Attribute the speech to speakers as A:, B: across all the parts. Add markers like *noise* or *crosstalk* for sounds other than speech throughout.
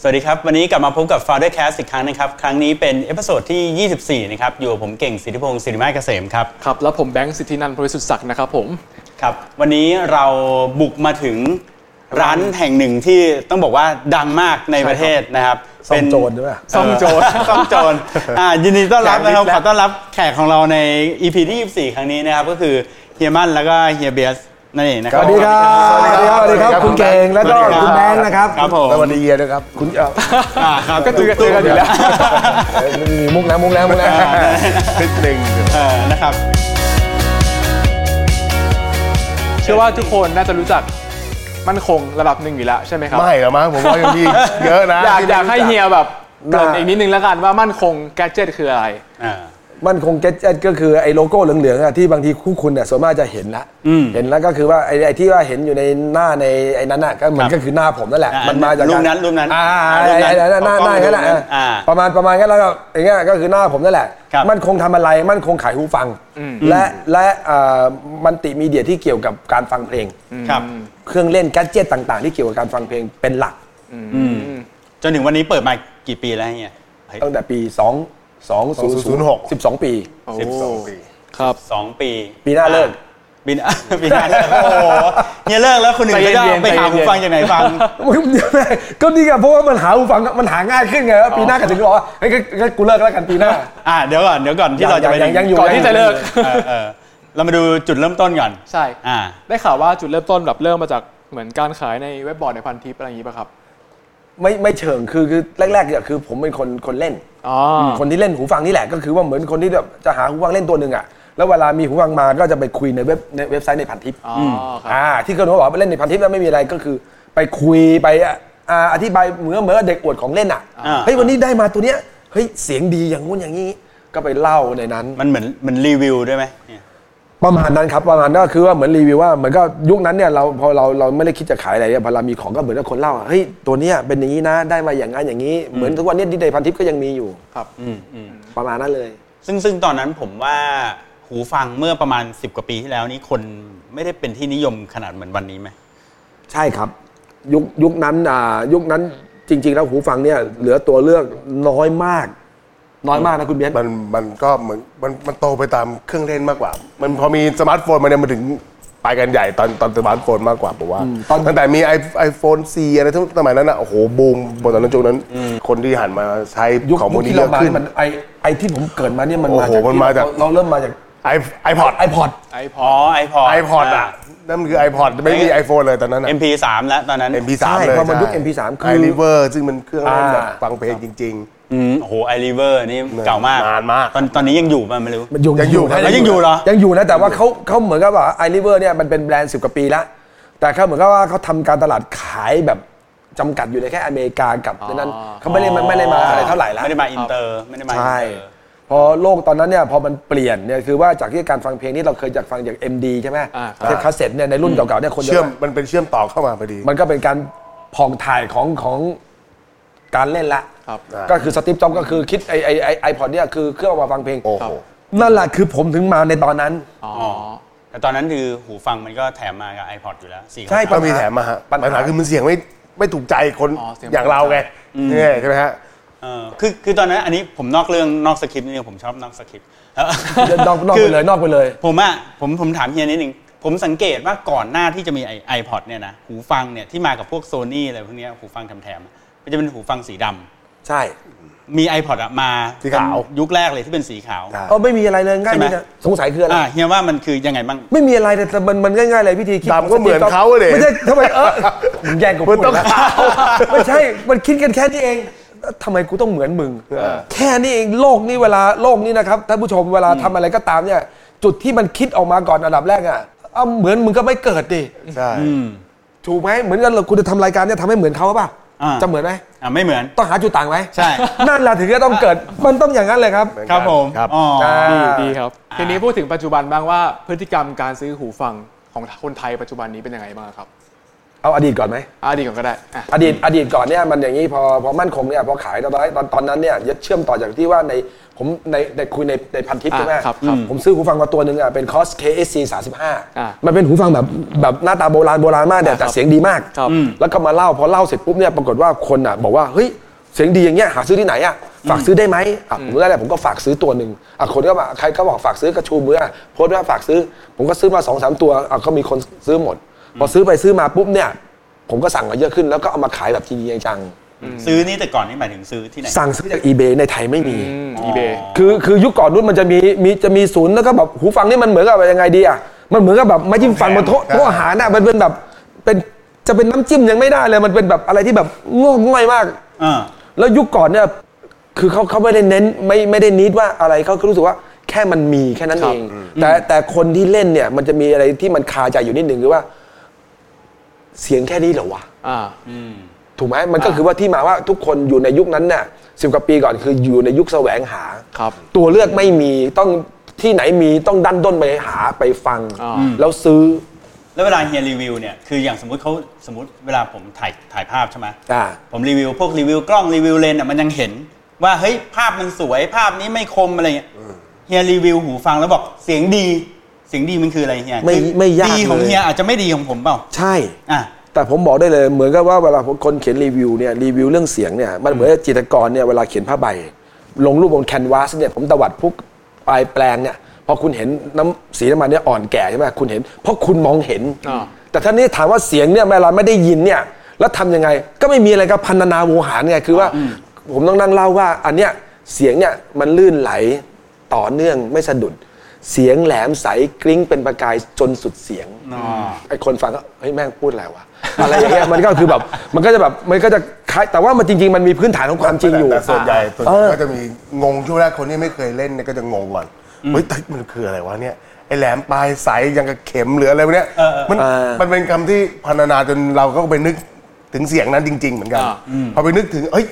A: สวัสดีครับ วันนี้กลับมาพบกับ Founder Cast อีกครั้งนะครับ ครั้งนี้เป็นเอพิโซดที่ 24 นะครับ อยู่กับผมเก่งสิทธิพงศ์สิริมาศเกษมครับ
B: ครับแล้วผมแบงค์สิทธินันท์บริสุทธิ์ศักดิ์นะครับผม
A: ครับ วันนี้เราบุกมาถึงร้านแห่งหนึ่งที่ต้องบอกว่าดังมากในประเทศนะครับ
C: ซ่อ
A: เป็
C: ม
A: น
C: โจรใช่ไหม
B: ซ่อมโจร
A: ซ่อมโจรอ่ายินดีต้อนรับนะครับ
B: แขกมิตรและ
A: ขอต้อนรับแขกของเราใน EP ที่ 24 ครั้งนี้นะครับ ก็คือเฮียมันแล้วก็เฮียเบียสนั่นเองนะค
C: ส
A: รับ
C: วัสดีครับ สวัสดีครับ สวัสดีครับ
D: สวัสดีครับ
C: คุณเก่ง แล้วก็
A: สวัสดีครับ
C: คุณแบงค์นะครับ
A: ครับผม
D: สวัสดีเยียด้วยครับ
C: คุณเอ่อ
A: อ่าครับ
B: ก็เจอกันเจอกันอยู่แล้ว
C: เอ่อมีมุกนะมุกนะมุกนะ
D: นิดหนึ่ง
A: เออนะครับ
B: เชื่อว่าทุกคนน่าจะรู้จักมั่นคงระดับหนึ่งอยู่แล้วใช่ไหมครับ
D: ไม่หรอกมั้งผมว่ายังมีเยอะนะ
B: อยาก
D: ที่
B: อ
D: ไม่
B: ยากให้
D: รู้จั
B: เฮียแบบเกริ่นอีกนิดนึงแล้วกันว่ามั่นคงแกดเจิตคืออะไร
A: อ่า
C: มันคงเก็ตก็คือไอ้โลโก้เหลืองๆอะที่บางทีคู่คุณเนี่ยส่วนมากจะเห็นละ
A: อืม
C: เห็นแล้วก็คือว่าไอ้ไอ้ที่ว่าเห็นอยู่ในหน้าในไอ้นั้นน่ะก็มั
A: ครับ
C: นก็คือหน้าผมนั่นแหละ
A: อ่า
C: มันมาจาก
A: รูป
C: การ
A: นั้นรูปนั้น
C: อ่า
A: อ่ารู
C: ไอ้
A: ปนั้น
C: ไอ้ไอ้หน้าหน้าหน้าแค่นั้น
A: รูปนั้น
C: อ่ะ
A: อ่า
C: ประมาณประมาณแค่แล้วก็อย่างเงี้ยก็คือหน้าผมนั่นแหละ
A: ครับ
C: มันคงทำอะไรมันคงขายหูฟัง และและเอ่อมันติมีเดียที่เกี่ยวกับการฟังเพลง
A: ครับ
C: เครื่องเล่นแกัจเจตต่างๆ ที่เกี่ยวกับการฟังเพลงเป็นหลัก
A: จนถึงวันนี้เปิดมากี่ปีแล้วเฮียเฮ้ย
C: ตั้งแต่ปี 2 2 0 6 12 ปี
A: สิบสอง
D: ปี
B: ครับ
A: สองปี
C: ปีหน้าเลิก
A: ปีหน้า *laughs* ปีหน้าเลิกโอ้โหเฮียเลิกแล้วคนอื่น
B: ใจ
A: ก็
B: เย็
A: จะ
B: นๆ
A: ไปหา
B: ใจ
A: หู
B: เย็นๆ
A: ฟังจากไหน *laughs* ฟัง
C: ก็นี่ไงเพราะว่ามันหาหูฟังมันหาง่ายขึ้นไงว่าปีหน้าก็ถึงบอกว่าเฮ้ยก็ก็กูเลิกแล้วกันปีหน้า
A: อ่าเดี๋ยวก่อนเดี๋ยวก่อนที่เราจะไป
C: ยังยังอยู่
B: ก่อนที่จะเลิก
A: เออเออเรามาดูจุดเริ่มต้นก่อน
B: ใช่
A: อ่า
B: ได้ข่าวว่าจุดเริ่มต้นแบบเริ่มมาจากเหมือนการขายในเว็บบอร์ดในพันทิปอะไรอย่างนี้ป่ะครับ
C: ไม่ไม่เชิงคือคือแรกๆเนี่ยคือผมเป็นคนคนเล่น
B: อ๋อ
C: คนที่เล่นหูฟังนี่แหละก็คือว่าเหมือนคนที่แบบจะหาหูฟังเล่นตัวหนึ่งอ่ะแล้วเวลามีหูฟังมาก็จะไปคุยในเว็บในเว็บไซต์ในพันทิป
B: อ๋อครับ
C: อ่าที่เขาบอกว่าไปเล่นในพันทิปแล้วไม่มีอะไรก็คือ ไปคุยไปอ่ะอ่าอธิบายเหมือนเหมือนกับเด็กอวดของเล่นอ่ะ
A: อ่า
C: เฮ้ยวันนี้ได้มาตัวเนี้ยเฮ้ยเสียงดีอย่างงู้นอย่างนี้ ก็ไปเล่าในนั้น
A: มันเหมือนเหมือนรีวิวด้วยไหม
C: ประมาณนั้นครับประมาณนั้นก็คือว่าเหมือนรีวิวว่าเหมือนก็ยุคนั้นเนี่ยเราพอเราเราไม่ได้คิดจะขายอะไรเนี่ยพอเรามีของก็เหมือนกับคนเล่าอ่ะเฮ้ยตัวเนี้ยเป็นอย่างนี้นะได้มาอย่างนั้นอย่างนี้ เหมือนทุกวันเนี้ดีในพันทิปก็ยังมีอยู่
B: ครับ
C: ประมาณนั้นเลย
A: ซึ่งซึ่งตอนนั้นผมว่าหูฟังเมื่อประมาณ 10 กว่าปีที่แล้วนี้คนไม่ได้เป็นที่นิยมขนาดเหมือนวันนี้ไหม
C: ใช่ครับ ยุคยุคนั้นอ่ายุคนั้นจริง ๆ แล้วหูฟังเนี่ยเหลือตัวเลือกน้อยมาก น้อยมากนะคุณเบียร์
D: มันมันก็เหมือนมันมันโตไปตามเครื่องเล่นมากกว่า มันพอมีสมาร์ทโฟนมาเนี่ยมันถึงไปกันใหญ่ตอนตอนสมาร์ทโฟนมากกว่าผมว่า
C: ตอน
D: ตั้งแต่มีไอไอโฟนซีอะไรทั้งสมัยนั้นอ่ะโอ้โหบูมบนตอนนั้นช่วงนั้น คนที่หันมาใช้
C: ยุค
D: ของพวกนี้
C: ที่
D: เย
C: เรา
D: อะ
C: มา
D: ขึ้น
C: มันไอไอที่ผมเกิดมาเนี่ยมัน
D: โอ้
C: มา
D: โห
C: จาก
D: มันมาจาก
C: เราเราเริ่มมาจาก
D: ไอไอพอด
C: ไอพอด
B: ไอพอ
A: อ๋อไอพอด
D: ไอพอดอ่ะนั่นมันคือไอพอดไม่มีไอโฟนเลยตอนนั้นอ่ะ
A: MP3 แล้วตอนนั้น
D: MP3
C: ใช่
D: เลย
C: พอมันยุค
D: ใช่
C: MP3
D: ไอ
C: คือ
D: ริเวอร์ซึ่งมันเครื่องเล่นแบบ
C: อ่า
D: ฟังเพลงจริง
A: อืมโอ้โหไอรีเวอร์นี่เก่ามาก
D: นานมาก
A: ตอนตอนนี้ยังอยู่ป่ะไม่รู้
C: มันยุค
D: ยังอยู่
C: นะ
D: นะ
A: ยังอยู่เหรอ
C: ยังอยู่นะ แต่ว่าเขาเขาเหมือนกับว่าไอริเวอร์เนี่ยมันเป็นแบรนด์สิบกว่าปีแล้ว แต่เขาเหมือนกับว่าเขาทำการตลาดขายแบบจำกัดอยู่ในแค่อเมริกากับในนั้นเขาไม่ได้มาไม่ได้มาอะไรเท่าไหร่ละ
A: ไม่ได้มาอินเตอร์ไม่ได้มาอิน
C: ใช่
A: เตอร์
C: พอโลกตอนนั้นเนี่ยพอมันเปลี่ยนเนี่ยคือว่าจากที่การฟังเพลงนี่เราเคยจากฟังจาก MD ใช่ไหม
B: อ่าครับ
C: เทปคาสเซ็ตเนี่ยในรุ่นเก่าๆเนี่ยคน
D: ๆ
C: เย
D: เชื่อม
C: อะ
D: มันเป็นเชื่อมต่อเข้ามาพอดี
C: มันก็เป็นการผ่องถ่ายของของการเล่นละ
B: ครับ
C: ก็คือสติปจ็อบก็คือคิดไอไอไอไอพอดเนี่ยคือเครื่องเอามาฟังเพลง
D: โอ้โห
C: นั่นแหละคือผมถึงมาในตอนนั้น
B: อ๋อ
A: แต่ตอนนั้นคือหูฟังมันก็แถมมากับ iPod อยู่แล้วสี่
C: ใช่
A: ขาว
D: ก็มีแถมมาฮะ
C: ปั
D: ปั
C: ญ
D: ญ
C: หา
D: หาคือมันเสียงไม่ไม่ถูกใจคน
B: อ๋อเสียง
D: อย่างเราไงเนี่ยใช่ไหมฮะ
A: เออคือคือตอนนั้นอันนี้ผมนอกเรื่องนอกสคริปต์นิดนึงผมชอบนอก *laughs* สคริปต์
C: เดินนอกนอกไปเลยนอกไปเลย
A: ผมอะผมผมถามเฮียนิดนึงผมสังเกตว่าก่อนหน้าที่จะมีไอไอพอดเนี่ยนะหูฟังเนี่ยที่มากับพวกโซนี่อะไรพวกเนี้ยหูฟังแถมๆอะมันจะเป็นหูฟังสีดำ
C: ใช่
A: มี iPod อะมา
D: สีขาว
A: เป็นยุคแรกเลยที่เป็นสีขาว
D: ครับ
C: ก็ไม่มีอะไรเลยง่ายนิด
A: ใช่ไห
C: นะ
A: ม
C: สงสัยคืออะไร
A: อ่ะเฮียว่ามันคือยังไงบ้าง
C: ไม่มีอะไรแต่แต่มันมันง่ายๆเลยวิธีคิด
D: ดำก็
C: ขง Steve
D: เหมือน
C: Jobs
D: เขาอะดิ
C: ไม่ใช่ทำไมเออมึงแย่งกูพูด
D: มันต้อง
C: นะ
D: ขาว
C: ไม่ใช่ มันคิดกันแค่นี้เองเอ้อทำไมกูต้องเหมือนมึง แค่นี้เองโลกนี้เวลาโลกนี้นะครับท่านผู้ชมเวลาทำอะไรก็ตามเนี่ย จุดที่มันคิดออกมาก่อนอันดับแรกอ่ะเอาเหมือนมึงก็ไม่เกิดดิ
D: ใช่
C: ถูกไหมเหมือนกันเราคุณจะทำรายการเนี่ยทำให้เหมือนเขาป่ะ
A: อ่า
C: จะเหมือนไหม
A: อ่ะไม่เหมือน
C: ต้องหาจุดต่างไหม *laughs*
A: ใช่
C: นั่นแหละถึงจะต้องเกิดมันต้องอย่างนั้นเลยครับ
D: เหอน
A: ค
D: กัน
A: รับผม
D: ครับ
A: อ๋อ
C: อ่า
B: ดีดีครับ ทีนี้พูดถึงปัจจุบันบ้างว่าพฤติกรรมการซื้อหูฟังของคนไทยปัจจุบันนี้เป็นยังไงบ้างครับ
C: เอาอดีตก่อนไหม
B: อ่ะดีก่อนก็ได้อ่ะ
C: อดีตอดีตก่อนเนี่ยมันอย่างนี้พอพอมั่นคงเนี่ยพอขายตอนนั้นตอนตอนนั้นเนี่ยเชื่อมต่อจากที่ว่าในผมในในคุยในในพันทิป
B: อ่า
C: ใช่ไหม
B: ครับครับ
C: ผมซื้อหูฟังมาตัวหนึ่งอ่ะเป็นคอส KSC
B: อ่า
C: 35 มันเป็นหูฟังแบบแบบหน้าตาโบราณโบราณมากแต่
B: อ่าค
C: แต่
B: รับ
C: เสียงดีมาก
B: ครับอืม
C: แล้วก็มาเล่าพอเล่าเสร็จปุ๊บเนี่ยปรากฏว่าคนอ่ะบอกว่าเฮ้ยเสียงดีอย่างเงี้ยหาซื้อที่ไหนอ่ะฝากซื้อได้ไหมอ่ะผมก็ได้ผมก็ฝากซื้อตัวหนึ่งอ่ะคนก็มาใครก็บอกฝากซื้อกระชูมืออ่ะโพสต์ว่าฝากซื้อ ผมก็ซื้อมาสองสามตัวอ่ะก็มีคนซื้อหมด พอซื้อไปซื้อมาปุ๊บเนี่ย ผมก็สั่งมาเยอะขึ้นแล้วก็เอามาขายแบบจริงๆจัง
A: ซื้อนี่แต่ก่อนนี่หมายถึงซื้อที่ไหน
C: ๆสั่งซื้อจาก eBay ในไทยไม่มี
B: อืม eBay
C: คือคือยุคก่อนนู้นมันจะมีมีจะมีศูนย์แล้วก็แบบหูฟังนี่มันเหมือนกับยังไงดีอ่ะมันเหมือนกับแบบไม้จิ้มฟันบนโต๊ะโต๊ะอาหารน่ะมันเป็นแบบเป็นจะเป็นน้ำจิ้มยังไม่ได้เลยมันเป็นแบบอะไรที่แบบโงงง่ายมาก
A: เออ
C: แล้วยุคก่อนเนี่ยคือเขาเขาไม่ได้เน้นไม่ไม่ได้นิดว่าอะไรเขาก็รู้สึกว่าแค่มันมีแค่นั้น
B: ครั
C: เอบ ง แต่แต่คนที่เล่นเนี่ยมันจะมีอะไรที่มันคาใจอยู่นิดหนึ่งคือว่า เสียงแค่นี้เหรอวะ
B: อ่า
C: ถูกไหมมันก็คือว่าที่มาว่าทุกคนอยู่ในยุคนั้นน่ะสิบกว่าปีก่อนคืออยู่ในยุคแสวงหา
B: ครับ
C: ตัวเลือกไม่มีต้องที่ไหนมีต้องดันด้นไปหาไปฟัง
B: อ่า
C: แล้วซื้อ
A: แล้วเวลาเฮียรีวิวเนี่ยคืออย่างสมมุติเขาสมมติเวลาผมถ่ายถ่ายภาพใช่ไหม
C: อ่า
A: ผมรีวิวพวกรีวิวกล้องรีวิวเลนส์อ่ะมันยังเห็น ว่าเฮ้ยภาพมันสวยภาพนี้ไม่คมอะไรเงี้ยเฮียรีวิวหูฟังแล้วบอกเสียงดี เสียงดีมันคืออะไรเฮีย
C: ไม่
A: คือ
C: ไม่ยาก
A: ดีของ
C: เลย
A: เฮียอาจจะไม่ดีของผมเปล่า
C: ใช่
A: อ่ะ
C: แต่ผมบอกได้เลยเหมือนกับว่าเวลาคนเขียนรีวิวเนี่ยรีวิวเรื่องเสียงเนี่ยมันเหมือนจิตรกรเนี่ยเวลาเขียนผ้าใบ ลงรูปบนแคนวาสเนี่ยผมตวัดพวกปลายแปลงเนี่ยพอคุณเห็นน้ำสีน้ำมันเนี่ยอ่อนแก่ใช่ไหมคุณเห็น เพราะคุณมองเห็น
B: อ่า
C: แต่ท่านี้ถามว่าเสียงเนี่ยเวลาไม่ได้ยินเนี่ยแล้วทำยังไงก็ไม่มีอะไรก็พันนาโวหารไงคือว่าผมต้องนั่งเล่าว่าอันเนี้ยเสียงเนี่ยมันลื่นไหลต่อเนื่องไม่สะดุด เสียงแหลมใสกริ้งเป็นประกายจนสุดเสียง ไอคนฟังก็เฮ้ยแม่งพูดอะไรวะ อะไรอย่างเงี้ยมันก็คือแบบมันก็จะแบบมันก็จะคล้ายแต่ว่ามันจริง ๆ มันมีพื้นฐานของความจริงอยู่
D: แต่ส่วนใหญ่ส่วนใหญ่
C: เออ
D: ก็จะมีงงช่วงแรกคนที่ไม่เคยเล่นเนี่ยก็จะงงก่อนเฮ้ยเฮ้ยมันคืออะไรวะเนี่ยไอ้แหลมปลายใสยังกับเข็มหรืออะไรพวกเนี้ยมันมันเป็นคำที่พันธนาจนเราก็ไปนึกถึงเสียงนั้นจริง ๆ เหมือนกัน
B: อ่า
D: พอไปนึกถึงเอ้ย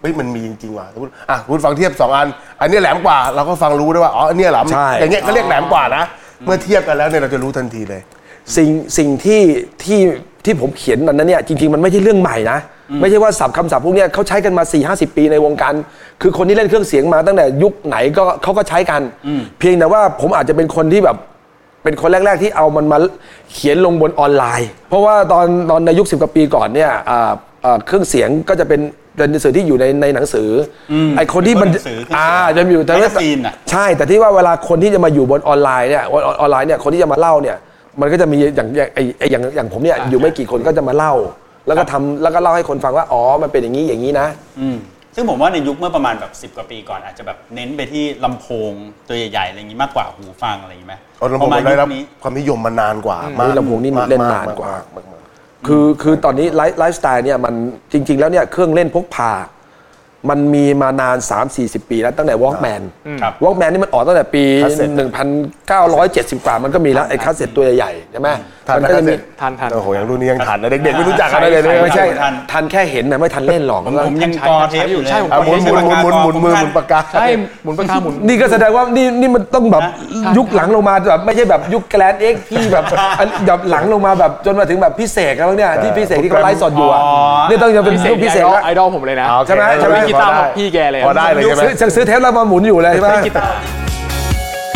D: เฮ้ยมันมีจริงๆว่ะสมมติอ่ะคุณฟังเทียบสองอัน อันเนี้ยแหลมกว่าเราก็ฟังรู้ได้ว่าอ๋ออันเนี้ยแหลม
C: ใช่
D: อย่างเงี้ยก็เรียกแหลมกว่านะเมื่อเทียบกันแล้วเนี่ยเราจะรู้ทันทีเลย
C: สิ่งสิ่งที่ที่ที่ผมเขียนตอนนั้นเนี่ยจริง ๆ มันไม่ใช่เรื่องใหม่นะ ไม่ใช่ว่าศัพท์คำศัพท์พวกเนี้ยเขาใช้กันมา 4 5 0 ปีในวงการ คือคนที่เล่นเครื่องเสียงมาตั้งแต่ยุคไหนก็เขาก็ใช้กัน เพียงแต่ว่าผมอาจจะเป็นคนที่แบบเป็นคนแรก ๆ ที่เอามันมาเขียนลงบนออนไลน์ เพราะว่าตอนตอนในยุคสิบกว่าปีก่อนเนี่ยอ่าอ่าเครื่องเสียงก็จะเป็นเป็นสื่อที่อยู่ในในหนังสืออไอคนที่มัน
A: เป็นหนังสือเครื่องเสียง
C: อ่าจะอยู่แต่ว่า
A: magazine น่ะ
C: ใช่ แต่ที่ว่าเวลาคนที่จะมาอยู่บนออนไลน์เนี่ยออนออนออนไลน์เนี่ยคนที่จะมาเล่าเนี่ยมันก็จะมีอย่างอย่างไอไอ้อย่างอย่างผมเนี่ยอยู่ไม่กี่คนก็จะมาเล่า แล้วก็ทำแล้วก็เล่าให้คนฟังว่าอ๋อมันเป็นอย่างนี้อย่างนี้นะ
A: อืมซึ่งผมว่าในยุคเมื่อประมาณแบบ 10 กว่าปีก่อนอาจจะแบบเน้นไปที่ลำโพงตัวใหญ่ๆอะไรอย่างนี้มากกว่าหูฟังอะไรอย่างนี้ไหม
D: เอาลำโพ
A: พ
D: ง
A: อมา
D: มันได้
A: ยุ
D: รับ
A: คนี้
D: ความนิยมมานานกว่ามา
C: เฮ้
D: ก
C: ยลำโพงนี่มันเล่นนานกว่า คือคือตอนนี้ไลฟ์ไลฟ์สไตล์เนี่ยมันจริง ๆ แล้วเนี่ยเครื่องเล่นพกพา มันมีมานาน 3 4 0 ปีแล้วตั้งแต่วอล์กแมน
A: ครับ
C: วอล์กแมนนี่มันออกตั้งแต่ปี 1970 กว่ามันก็มีแล้วไอ้คาสเซ็ตตัวใหญ่ๆใช่ไหม
D: ทัน
C: มั
D: นะ
C: ก็
D: ครับ
C: จะมี
D: เสร็จ
B: ทันทัน
D: โอ้โหอย่างรุ่นนี้ยังทันนะเด็กๆไม่รู้จักกันเลย
A: ใช่
D: นะ
C: ไม่ใช่
A: ทัน
C: ทันแค่เห็นนะไม่ทันเล่นหรอก
A: ผมยัง
B: ใช้
A: กอ
B: ยัง
A: เท
B: ใช้
A: ปอยู่เลย
B: ใช่ผม
D: อ่ะหมุนหมุนหมุนหมุนหมุนมือหมุนปากกา
B: ใช่หมุนปากกาหมุน
C: นี่ก็แสดงว่านี่นี่มันต้องแบบ
B: ทัน
C: ยุคหลังลงมาแบบไม่ใช่แบบยุคแกลนเอ็กพี่แบบอันแบบหลังลงมาแบบจนมาถึงแบบพิเศษกันแล้วเนี่ยที่พิเศษที่เขาไลฟ์สดอยู่อะ
A: อ๋อ
C: นี่ต้องจะเป็นยุคพิเศษ
B: ไอดอล
C: แล้ว
B: ไอดอลผมเลยนะ
D: เอา
C: ใช่ไหม
D: โอเค
C: ใช่ไหม
B: เล่นกีตาร์
D: พอได้
B: ของพี่แกเลย
D: พอได้เลย ใช่หม
C: ซื้อซื้อเทปแล้วมาหมุนอยู่เลยใช่ไหม
B: เล่นกีตาร์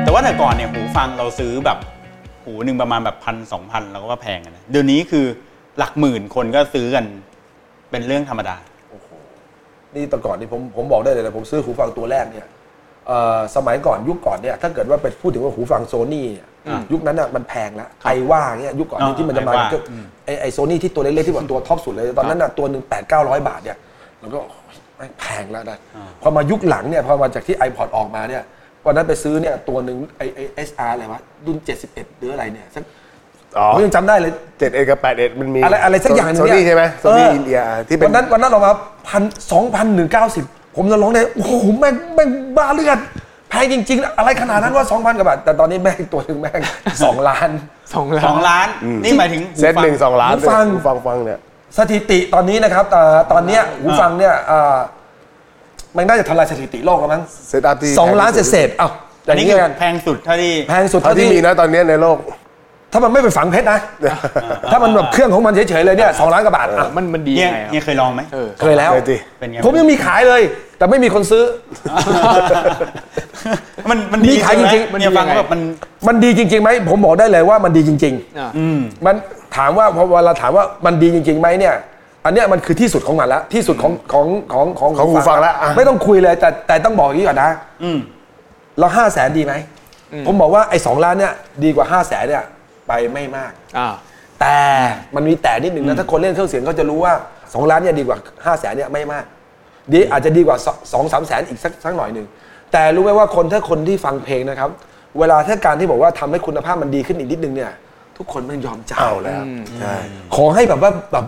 A: แต่ว่าแต่ก่อนเนี่ยหูฟังเราซื้อแบบหูหนึ่งประมาณแบบพันสองพันเราก็ว่าแพงอะนะเดี๋ยวนี้คือหลักหมื่นคนก็ซื้อกันเป็นเรื่องธรรมดา
C: นี่แต่ก่อนนี่ผมผมบอกได้เลยนะผมซื้อหูฟังตัวแรกเนี่ยเอ่อสมัยก่อนยุคก่อนเนี่ยถ้าเกิดว่าเป็นพูดถึงว่าหูฟังโซนี่ย
A: อ่ายุ
C: ยุคนั้นอ่ะมันแพงละไอว่าเนี่ยยุคก่อน
A: อ่า
C: ที่มันจะมา
A: ไอว่า
C: ก็ไอไอโซนี่ที่ตัวเล็กๆที่แบบตัวท็อปสุดเลยตอนนั้นอ่ะตัวหนึ่งแปดเก้าร้อยบาทเนี่ยแล้วก็โอ้ยแพงแล้วนะพอมายุคหลังเนี่ยพอมาจากที่ iPod ออกมาเนี่ยวันนั้นไปซื้อเนี่ยตัวหนึ่งไอไอเอสอาร์อะไรวะรุ่น71หรืออะไรเนี่ยสัก
D: อ๋อ
C: ผมยังจำได้เลย
D: เจ็ดเอกับแปดเอมันมี
C: อะไรอะไรสักอย่างหนึง
D: โซ
C: เนี่ย
D: นี่ใช่ไหมโซนี่
C: เ
D: อินเดียที่เป็น
C: วันนั้นวันนั้นออกมาพันสองพันหนึ่งเก้าสิบผมจะร้องได้โอ้โหแม่งแม่งบ้าเลือดแพงจริงๆนะอะไรขนาดนั้นว่าสองพันกว่าบาท แต่ตอนนี้ *laughs* แม่งตัวหนึ่งแม่ง สองล้าน
B: สองล้า
A: สอง
B: น
A: ล้านนี่หมายถึงหู
D: เซต
A: ฟั
D: หนึ่งสองล้าน
C: หูฟัง
D: หูฟังฟังเนี่ย
C: สถิติตอนนี้นะครับอ่าตอนเนี้ยหูฟังเนี่ยอ่ามันน่าจะทำลายสถิติโลกแล้วมั้ง
D: เซตอัพที่
C: สองล้าน
D: แพงที่สุด
C: เศษๆเอ้า
A: อันนี้
C: ย่าง
A: คือ
C: เงี้ยกัน
A: แพงสุดเท่าที่
C: แพงสุด
D: เท่า
C: เท่า
D: ที่
C: ที่
D: มีนะตอนเนี้ยในโลก
C: ถ้ามันไม่ไปฝังเพ
D: *laughs*
C: ชรนะถ้ามันแบบเครื่องของมันเฉยๆเลยเนี่ยสองล้านกว่าบาทอ่ะ
B: มันมันดี
A: เฮีย
B: ยังไง
A: เฮีย
B: ครับ
A: เคยลองไหม
B: เออ
C: เคยแล้ว
D: เคยดิ
A: เป็นไง
C: ผมยังมีขายเลย แต่ไม่มีคนซื้อ
A: มันมัน
C: มี
A: ดี
C: ขายจริงๆ
A: ๆเนี่ยฟัง
B: มัน
A: แล้ว
B: ดียังไง
A: แบบมัน
C: มันดีจริงๆไหมผมบอกได้เลยว่ามันดีจริง ๆ
B: อ่ะ
C: มันถามว่าพอเวลาถามว่ามันดีจริงๆไหมเนี่ย อันเนี้ยมันคือที่สุดของมันละที่สุดของของของของ
D: ของหูฟังละอ่ะ
C: ไม่ต้องคุยเลยแต่แต่ต้องบอกอย่างนี้ก่อนนะ
A: อืม
C: แล้วห้าแสนดีไหมผมบอกว่าไอ้สองล้านเนี่ยดีกว่าห้าแสนเนี่ยไปไม่มาก
B: อ่า
C: แต่มันมีแต่นิดหนึ่งนะถ้าคนเล่นเครื่องเสียงเขาจะรู้ว่าสองล้านเนี่ยดีกว่าห้าแสนเนี่ยไม่มากดีอาจจะดีกว่าสสองสามแสนอีกสักสักหน่อยหนึ่งแต่รู้ไหมว่าคนถ้าคนที่ฟังเพลงนะครับ เวลาถ้าการที่บอกว่าทำให้คุณภาพมันดีขึ้นอีกนิดนึงเนี่ย ทุกคนมันยอมจ่าย
D: เอาแล้วใช่
C: ขอให้แบบว่าแบบ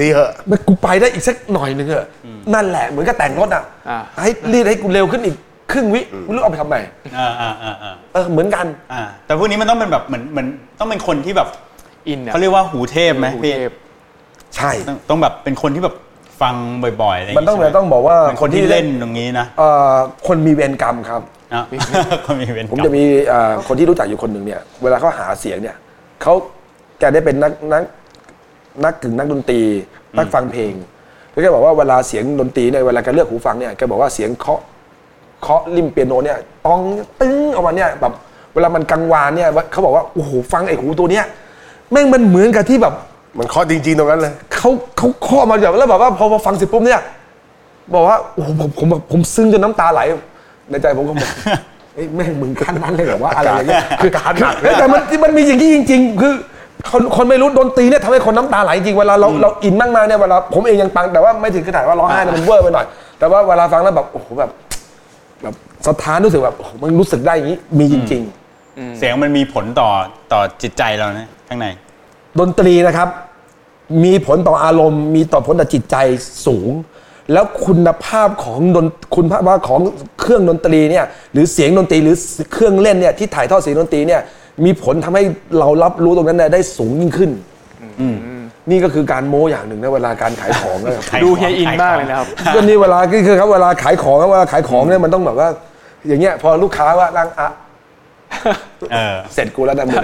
D: ดีเหอะ
C: มันกูไปได้อีกสักหน่อยหนึงเถอะนั่นแหละเหมือนกับแต่งรถอ่ะ
B: อ่า
C: ให้รีดให้กูเร็วขึ้นอีกครึ่งวิไม่รู้เอาไปทำไม
A: อ่าอ่าอ่าอ่า
C: เออเหมือนกัน
A: อ่าแต่พวกนี้มันต้องเป็นแบบเหมือนเหมือนต้องเป็นคนที่แบบ
B: อินอ่ะ
A: เขาเรียกว่าหูเทพไหม
B: หู
A: พี่
B: เทพ
C: ใช่
A: ต้องต้องแบบเป็นคนที่แบบฟังบ่อยๆอะไรย่า
C: มันต้อง
A: ใช่ไห
C: ต้องบอกว่า
A: เป็นคนที่เล่นตรงนี้นะ
C: เอ่อคนมีเวรกรรมครับ
A: อ่ะคนมีเป็น
C: ผมจะมีเอ่อคนที่รู้จักอยู่คนหนึ่งเนี่ยเวลาเขาหาเสียงเนี่ยเขาแกได้เป็นนักนักนักกึ่งนักดนตรีนักฟังเพลงแล้วแกบอกว่าเวลาเสียงดนตรีเนี่ยเวลาแกเลือกหูฟังเนี่ยแกบอกว่าเสียงเคาะเคาะริมเปียโนเนี่ยต้องตึ้งออกมาเนี่ยแบบเวลามันกังวานเนี่ยเขาบอกว่าโอ้โหฟังไอ้หูตัวเนี้ยแม่งมันเหมือนกับที่แบบ
D: มันเคอจริง ๆ ตรงนั้นเลย
C: เขาเขาเคาะมาแบบแล้วแบบว่าพอพอฟังเสร็จปุ๊บเนี่ยบอกว่าโอ้โหผมผมแบบผมซึ้งจนน้ำตาไหลในใจผมก็ *laughs* บอก เอ้ยแม่งมึงขั้นนั้นเลยเหรอว่าอะไรอย่างเงี้ย *laughs* คือการหนักแต่มันมันมีอย่างนี้จริง ๆ คือคนคนไม่รู้ดนตรีเนี่ยทำให้คนน้ำตาไหลจริงเวลาเราเราอินมากๆเนี่ยเวลาผมเองยังฟังแต่ว่าไม่ถึงขนาดว่าร้องไห้นะมันเวอร์ไปหน่อย แต่ว่าเวลาฟังแล้วแบบโอ้โหแบบแบบสะท้านรู้สึกแบบโอ้โหมันรู้สึกได้อย่างนี้มีจริง
A: เสียงมันมีผลต่อต่อจิตใจเรานะข้างใน
C: ๆ ดนตรีนะครับ มีผลต่ออารมณ์ มีต่อผลต่อจิตใจสูง แล้วคุณภาพของดนคุณภาพของเครื่องดนตรีเนี่ยหรือเสียงดนตรีหรือเครื่องเล่นเนี่ยที่ถ่ายทอดเสียงดนตรีเนี่ยมีผลทำให้เรารับรู้ตรงนั้นเนี่ยได้สูงยิ่งขึ้นนี่ก็คือการโม้อย่างหนึ่งนะเวลาการขายของนะครับ
A: ขาย
B: ดู
A: ของ
B: เฮียอิน
A: ขาย
B: มาก
A: ของ
B: เลยนะครับ
C: *laughs* ก็นี่เวลาก็คือครับเวลาขายของนะเวลาขายของเนี่ยมันต้องแบบว่า อย่างเงี้ยพอลูกค้าว่าร่างอะ
A: เออ
C: เสร็จกูแล้วนะมึง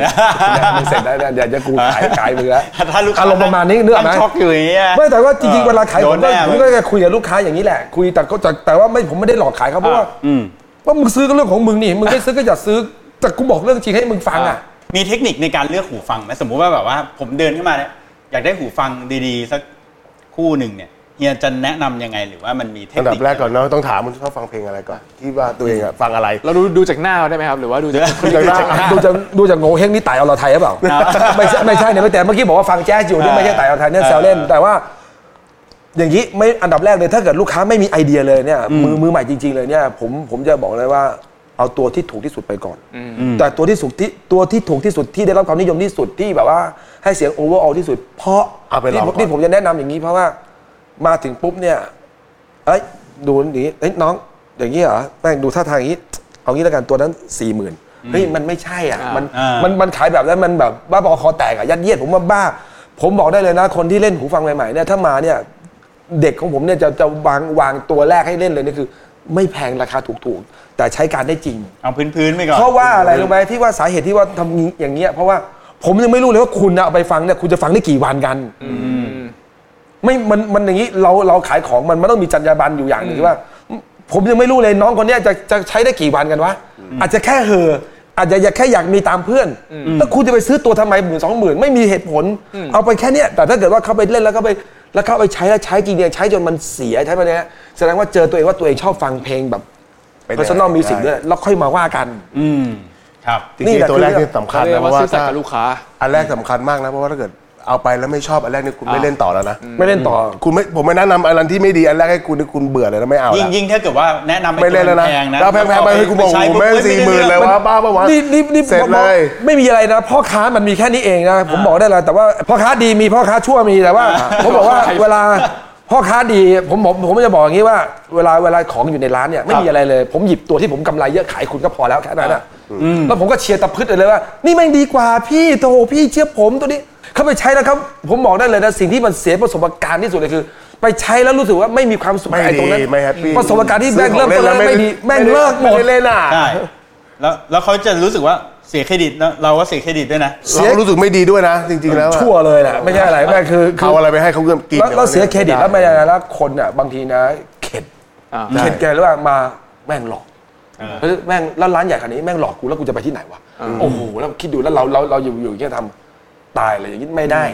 C: มึงเสร็จแล้วนะเดี๋ยวจะกูขายขายมึงแล้ว
A: ถ้าลูกค้า
C: อารมณ์ประมาณนี้เนื้ออกไหม
A: นั่งช็อกอยู่อย่างเงี้ย
C: ไม่แต่ว่าจริง
A: เออ
C: ๆเวลาขายผม
A: โดน
C: ก็
A: แน่
C: ผมก็จะคุยกับลูกค้าอย่างนี้แหละ คุยแต่ก็แต่แต่ว่าไม่ผมไม่ได้หลอกขายเขาเพราะว่า
A: อืม
C: ว่ามึงซื้อก็เรื่องของมึงนี่มึงไม่ซื้อก็อย่าซื้อแต่กูบอกเรื่องจริงให้มึงฟังอ่ะ
A: มีเทคนิคในการเลือกหูฟังไหมสมมุติว่าแบบว่า ผมเดินเข้ามาเนี่ยอยากได้หูฟังดีๆ สักคู่หนึ่งเนี่ยเฮียจะแนะนำยังไงหรือว่ามันมีเทค
D: อันดับ
A: นิค
D: แรกก่อนเนาะต้องถามมันชอบฟังเพลงอะไรก่อนที่ว่าตัวเองอะฟังอะไร
B: เราดูดูจากหน้าเขาได้ไหมครับ หรือว่าดูจากคน
D: จาก
B: ที่
D: หน้า
C: ดูจากดูจากโง่เฮงนี่ไต่เอาเราไทยหรือเปล่า ไม่ใช่ไม่ใช่เนี่ยแต่เมื่อกี้บอกว่าฟังแจ๊สอยู่นี่ไม่ใช่ไต่เอาไทยเนี่ยแซวเล่น แต่ว่า อย่างนี้ไม่อันดับแรกเลยถ้าเกิดลูกค้าไม่มีไอเดียเลยเนี่ยมือมือใหม่จริง ๆเลยเนี่ยผมผมจะบอกเลยว่าเอาตัวที่ถูกที่สุดไปก่อนแต่ตัวที่สุดที่ตัวที่ถูกที่สุดที่ได้รับความนิยมที่สุดที่แบบว่าให้เสียงโอเวอร์ออที่สุด เพราะ
D: เอาไปลอง
C: ที่ผมที่
D: ก่อน
C: ผมจะแนะนำอย่างนี้เพราะว่ามาถึงปุ๊บเนี่ยเอ้ยดูอย่างนี้เอ้ยน้อง อย่างนี้เหรอแม่งดูท่าทางอย่างนี้ เอางี้แล้วกันตัวนั้นสี่หมื่นเฮ้ยมันไม่ใช่อ่ะมัน
A: อ่ามั
C: มันมันขายแบบนั้นมันแบบบ้าบอคอแตกอะยัดเยียดผมว่าบ้า ผมบอกได้เลยนะ คนที่เล่นหูฟังใหม่ๆเนี่ยถ้ามาเนี่ยเด็กของผมเนี่ยจะจะวางวางตัวแรกให้เล่นเลยนี่คือ ไม่แพงราคาถูกๆ แต่ใช้การได้จริง
A: เอาพื้นๆไปก่อน
C: เพราะว่าอะไรรู้ไหมที่ว่าสาเหตุที่ว่าทำอย่างเงี้ยเพราะว่าผมยังไม่รู้เลยว่าคุณนะเอาไปฟังเนี่ยคุณจะฟังได้กี่วันกัน ไม่มันมันอย่างนี้เราเราขายของมันมันต้องมีจรรยาบรรณอยู่อย่างหนึ่งที่ว่า ผมยังไม่รู้เลยน้องคนเนี้ยจะจะใช้ได้กี่วันกันวะอาจจะแค่เหอะอาจจะอยากแค่อยากมีตามเพื่อนแล้วคุณจะไปซื้อตัวทำไมหมื่นสองหมื่นไม่มีเหตุผล เอาไปแค่เนี้ยแต่ถ้าเกิดว่าเขาไปเล่นแล้วเขาไปแล้วเขาเอาไปใช้แล้วใช้จริงๆใช้จนมันเสียใช้ไปเนี่ยแสดงว่าเจอตัวเองว่าตัวเองชอบฟังเพลงแบบ
D: ไปไหน
C: personal music ด้วยแล้วค่อยมาว่ากัน
A: อืมครับ
D: จริ
C: นี่
D: ง
C: แหละ
D: ๆตัวแรก
C: คือ
D: นี่สำคั
B: เขา
D: ญ
B: เรีย
D: นะ
B: ก
D: เพ
B: ว่า
D: ราะว่า
B: ซื่อสัต
D: ถ้า
B: ย์กับลูกค้า
D: อันแรกสำคัญมากนะเพราะว่าถ้าเกิดเอาไปแล้วไม่ชอบอันแรกนี่คุณไม่
B: อ่า
D: เล่นต่อแล้วนะ
C: ไม่เล่นต่อ
D: คุณไม่ผมไม่แนะนำอันที่ไม่ดีอันแรกให้คุณนี่คุณเบื่อเลยนะไม่เอา
A: ยิ่ง
D: ละ
A: ยิ่งถ้าเกิดว่าแนะนำ
D: ไม่เล่นแล้วนะ
A: แพงนะ
D: แล้วแพงๆไปให้กูบอก
A: ใช้
D: โอ้โหแม่ง
A: ปุ๊บ
D: สี่หมื่นเลย
A: ไได้
D: วะบ้าปะวะ
C: นี่นี่นี่
D: เสร็จ
C: ผมบ
D: เล
C: อก
D: ย
C: ไม่มีอะไรนะพ่อค้ามันมีแค่นี้เองนะผมบอกได้เลยแต่ว่าพ่อค้าดีมีพ่อค้าชั่วมีแต่ว่า ผมบอกว่าเวลาพ่อค้าดีผมผมผมจะบอกอย่างนี้ว่า เวลาเวลาของอยู่ในร้านเนี่ยไม่มีอะไรเลย ผมหยิบตัวที่ผมกำไรเยอะขายคุณก็พอแล้วแค่นั้นนะแล้วผมก็เชียร์ตะพืดเลยว่า นี่แม่งดีกว่าพี่โตพี่เชื่อผมตัวนี้เขาไปใช้แล้วครับ ผมบอกได้เลยนะสิ่งที่มันเสียประสบการณ์ที่สุดเลยคือ ไปใช้แล้วรู้สึกว่าไม่มีความสุข
D: ไม่
C: อ้
D: ดี
C: ตรงนั้น
D: ไม่แฮปปี้
C: ประสบการณ์ที่แม่ง
D: ซื้
C: เริ่
D: อ
C: ม
D: ขอ
C: ต้นแล้ว
D: ด้
C: ไม่ดีแม่งเลิกหม
D: ไม่
C: ด
D: ได้เล่นอ่ะ
A: ใช่ แล้วแล้วเขาจะรู้สึกว่าเสียเครดิตแล้วเราก็เสียเครดิตด้วยนะ
D: เราก็รู้สึกไม่ดีด้วยนะ จริง ๆ แล้วอะ
C: ชั่วเลยแหละไม่ใช่ *laughs* อะไรแม่งคือคื
D: เอา
C: อ
D: อะไรไปให้เขาเกือบกิน
C: แล้วแล้ว
D: นี่
C: เสียเครดิตแล้วไม่ได้แล้วคนอ่ะบางทีนะ เข็ด
B: อ่า
C: เข็ดแกหรือว่ามาแม่งหลอกเฮ้ยแม่งแล้วร้านใหญ่ขนาดนี้แม่งหลอกกูแล้วกูจะไปที่ไหนวะโอ้โหแล้วคิดดูแล้วเราเราเราอยู่อยู่อย่างเงี้ยทำตายเลยอย่างนี้ไม่ได้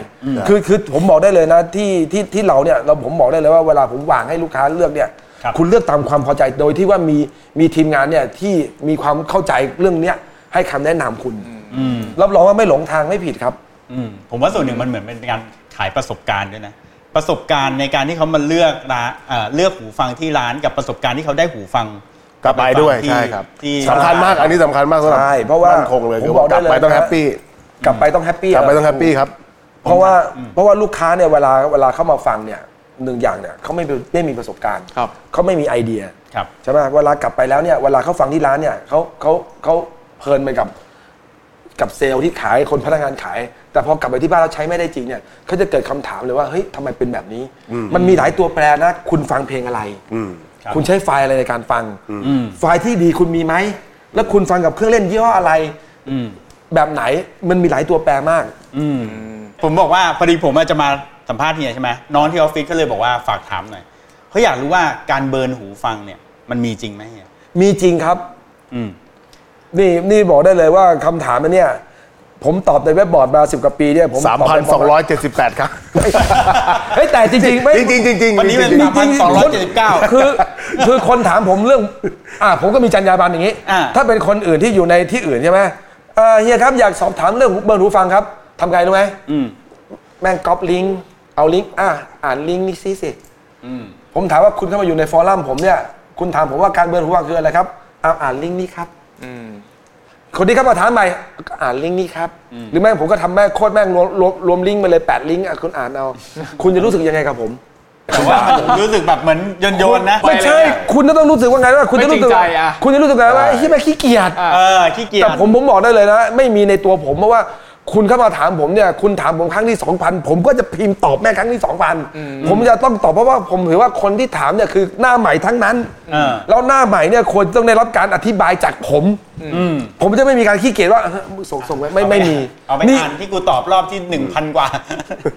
C: คือคือผมบอกได้เลยนะที่ที่ที่เราเนี่ยเราผมบอกได้เลยว่าเวลาผมวางให้ลูกค้าเลือกเนี่ย
A: ครับ
C: คุณเลือกตามความพอใจโดยที่ว่ามีมีทีมงานเนี่ยที่มีความเข้าใจเรื่องเนี้ยให้คำแนะนำคุณ
A: อืม
C: รับรองว่าไม่หลงทางไม่ผิดครับ
A: อืมผมว่าส่วนหนึ่งมันเหมือนเป็นการขายประสบการณ์ด้วยนะ ประสบการณ์ในการที่เขามาเลือกร้านเอ่อเลือกหูฟังที่ร้านกับประสบการณ์ที่เขาได้หูฟัง
D: กลับไปด้วย
A: ที่
D: ใช่ครับ
A: ที่
D: สำคัญมากอันนี้สำคัญมากสำหรับ
C: ใช่เพราะว่า
D: มั่นคงเลย
C: ผม
D: คือ
C: บอก
D: ก
C: ได้
D: ลับ
C: เลย
D: ไปต้อง
C: นะ
D: แฮปปี้
C: กลับไปต้องแฮปปี้
D: กลับไปต้องแฮปปี้ครับ
C: เพราะว่าเพราะว่าลูกค้าเนี่ยเวลาเวลาเข้ามาฟังเนี่ยหนึ่งอย่างเนี่ยเขาไม่มีไม่มีประสบการณ์
B: ครับ
C: เขาไม่มีไอเดีย
A: ครับ
C: ใช่ไหมเวลากลับไปแล้วเนี่ยเวลาเขาฟังที่ร้านเนี่ยเขาเขาเขาเพลินไปกับกับเซลล์ที่ขายคนพนักงานขาย แต่พอกลับไปที่บ้านแล้วใช้ไม่ได้จริงเนี่ยเขาจะเกิดคำถามเลยว่าเฮ้ยทำไมเป็นแบบนี้ มันมีหลายตัวแปรนะคุณฟังเพลงอะไร
D: อืม
A: ครับ
C: คุณใช้ไฟล์อะไรในการฟัง
A: อืม
C: ไฟล์ที่ดีคุณมีไหม แล้วคุณฟังกับเครื่องเล่นยี่ห้ออะไร
A: อืม
C: แบบไหนมันมีหลายตัวแปรมาก
A: อืมผมบอกว่าพอดีผมอาจจะมาสัมภาษณ์เฮียใช่ไหมน้องที่ออฟฟิศก็เลยบอกว่าฝากถามหน่อยเขาอยากรู้ว่าการเบิร์นหูฟังเนี่ย มันมีจริงไหมเฮีย
C: มีจริงครับ
A: อืม
C: นี่นี่บอกได้เลยว่าคำถามอันเนี่ย ผมตอบในเว็บบอร์ดมาสิบกว่าปีเนี่ยผมตบไปประมาณ
D: 3,278 ครับ
C: เฮ้ยแต่จริงๆไม่
D: จริงจริงๆจริงๆ
A: วันนี้เป็น
D: จริงๆ
A: สามพัสองร้อยเจ็ดสิบเก้า
C: คือคือคนถามผมเรื่อง อ่าผมก็มีจรรยาบรรณอย่างนี้
A: อ่า
C: ถ้าเป็นคนอื่นที่อยู่ในที่อื่นใช่ไหมเอ่อเฮียครับอยากสอบถามเรื่องเบอร์หูฟังครับทำไงรู้ไหม
A: อืม
C: แม่งก๊อปลิงก์เอาลิงก์อ่ะอ่านลิงก์นี้สิสิ
A: อืม
C: ผมถามว่าคุณเข้ามาอยู่ในฟอรัมผมเนี่ย คุณถามผมว่าการเบิร์นหัวคืออะไรครับอ่าอ่านลิงก์นี้ครับคนที่เข้ามาถามใหม่ก็อ่านลิงก์นี้ครับ หรือแม่งผมก็ทำแม่งโคตรแม่งรวมรวมรวมลิงก์มาเลยแปดลิงก์อ่ะคุณอ่านเอา คุณจะรู้สึกยังไงกับผม
A: แต่ว่ารู้สึกแบบเหมือนโยนโยนๆนะ
C: ไม่ใช่คุณจะต้องรู้สึกว่าไงว่าคุณจะรู้สึก
B: ไม่จริงใจอ่ะ
C: คุณจะรู้สึกไงว่าไอ้ที่แม่งขี้เกียจ
A: เออขี้เกียจ
C: แต่ผมผมบอกได้เลยนะ ไม่มีในตัวผมเพราะว่าคุณเข้ามาถามผมเนี่ย คุณถามผมครั้งที่ 2,000 ผมก็จะพิมพ์ตอบแม่ครั้งที่ 2,000 ผมจะต้องตอบเพราะว่าผมถือว่าคนที่ถามเนี่ยคือหน้าใหม่ทั้งนั้น
A: อ่า
C: แล้วหน้าใหม่เนี่ยควรต้องได้รับการอธิบายจากผม
A: อืม
C: ผมจะไม่มีการขี้เกียจว่าเฮ้ยส่งส่งไว้ไม่ไม่มี
A: เอาไป
C: นี่
A: อ่านที่กูตอบรอบที่หนึ่งพันกว่า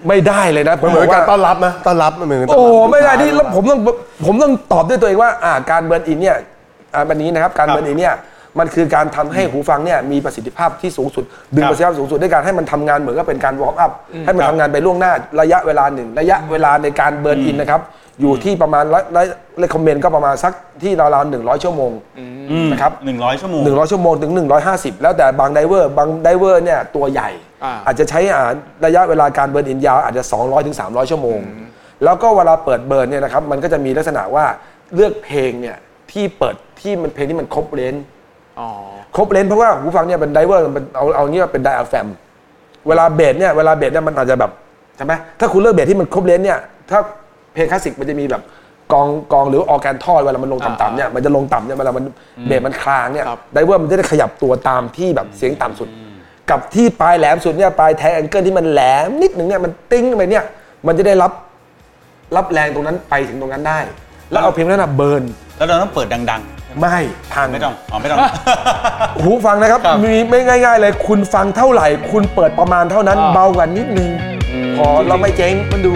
C: ไม่ได้เลยนะผม
D: เหมื
C: บ
D: อน
C: อก
D: การ
C: ว่า
D: ต้อนรับนะต้อนรับมันเหมือนการต้น
C: โอ้
D: รับ
C: โหไม่ได้
D: ลูกค้า
C: ที่แล้วผมต้องผมต้องตอบด้วยตัวเองว่าอ่าการเบิร์นอินเนี่ยอ่าวันนี้นะครับการ
A: ครับ
C: เบิร์นอินเนี่ยมันคือการทำให้หูฟังเนี่ยมีประสิทธิภาพที่สูงสุด ดึง
A: ครับ
C: ประสิทธิภาพสูงสุดด้วยการให้มันทำงานเหมือนกับเป็นการวอร์มอัพให้มันทำงานไปล่วงหน้าระยะเวลาหนึ่งระยะเวลาในการเบิร์นอินนะครับอยู่ที่ประมาณร้อยร้อยเลคอมเมนต์ก็ประมาณสักที่ราวๆหนึ่งร้อยชั่วโมงนะครับ
A: หนึ่งร้อยชั่วโมง
C: 100 ชั่วโมง ถึง 150 แล้วแต่บางไดเวอร์ บางไดเวอร์เนี่ยตัวใหญ่
B: อ่า
C: อาจจะใช้อ่าระยะเวลาการเบิร์นอินยาวอาจจะ 200 ถึง 300 ชั่วโมง แล้วก็เวลาเปิดเบิร์นเนี่ยนะครับ มันก็จะมีลักษณะว่าเลือกเพลงเนี่ยที่เปิดที่มันเพลงที่มันครบเลนจ์
B: อ๋อ
C: ครบเลนส์เพราะว่าหูฟังเนี่ยเป็นไดเวอร์มันเอาเอางี้ว่าเป็นไดอะแฟมเวลาเบสเนี่ยเวลาเบสเนี่ยมันอาจจะแบบใช่ไหมถ้าคุณเลือกเบสที่มันครบเลนส์เนี่ยถ้าเพลงคลาสสิกมันจะมีแบบกองกองหรือออร์แกนทอดเวลามันลงต่ำๆเนี่ยมันจะลงต่ำเนี่ยเวลามันเบสมันคลางเนี่ย
B: ครับ
C: ไดเวอร์มันจะได้ขยับตัวตามที่แบบเสียงต่ำสุด กับที่ปลายแหลมสุดเนี่ยปลายแทงแองเกิลที่มันแหลมนิดหนึ่งเนี่ยมันติ้งลงไปเนี่ยมันจะได้รับรับแรงตรงนั้นไปถึงตรงนั้นได้ แล้วเอาเพลงนั้นนะเบิร์น
A: แล้วเราต้องเปิดดัง
C: ไม่พัง
A: ๆ ไม่ต้องอ๋อ *laughs* ไม่ต้อง
C: หูฟังนะครับ
A: ครับ
C: มีไม่ง่าย ๆ เลย คุณฟังเท่าไหร่ คุณเปิดประมาณเท่านั้น
B: อ่า
C: เบากว่านิดนึงพอเราไม่เจ๊งมันดู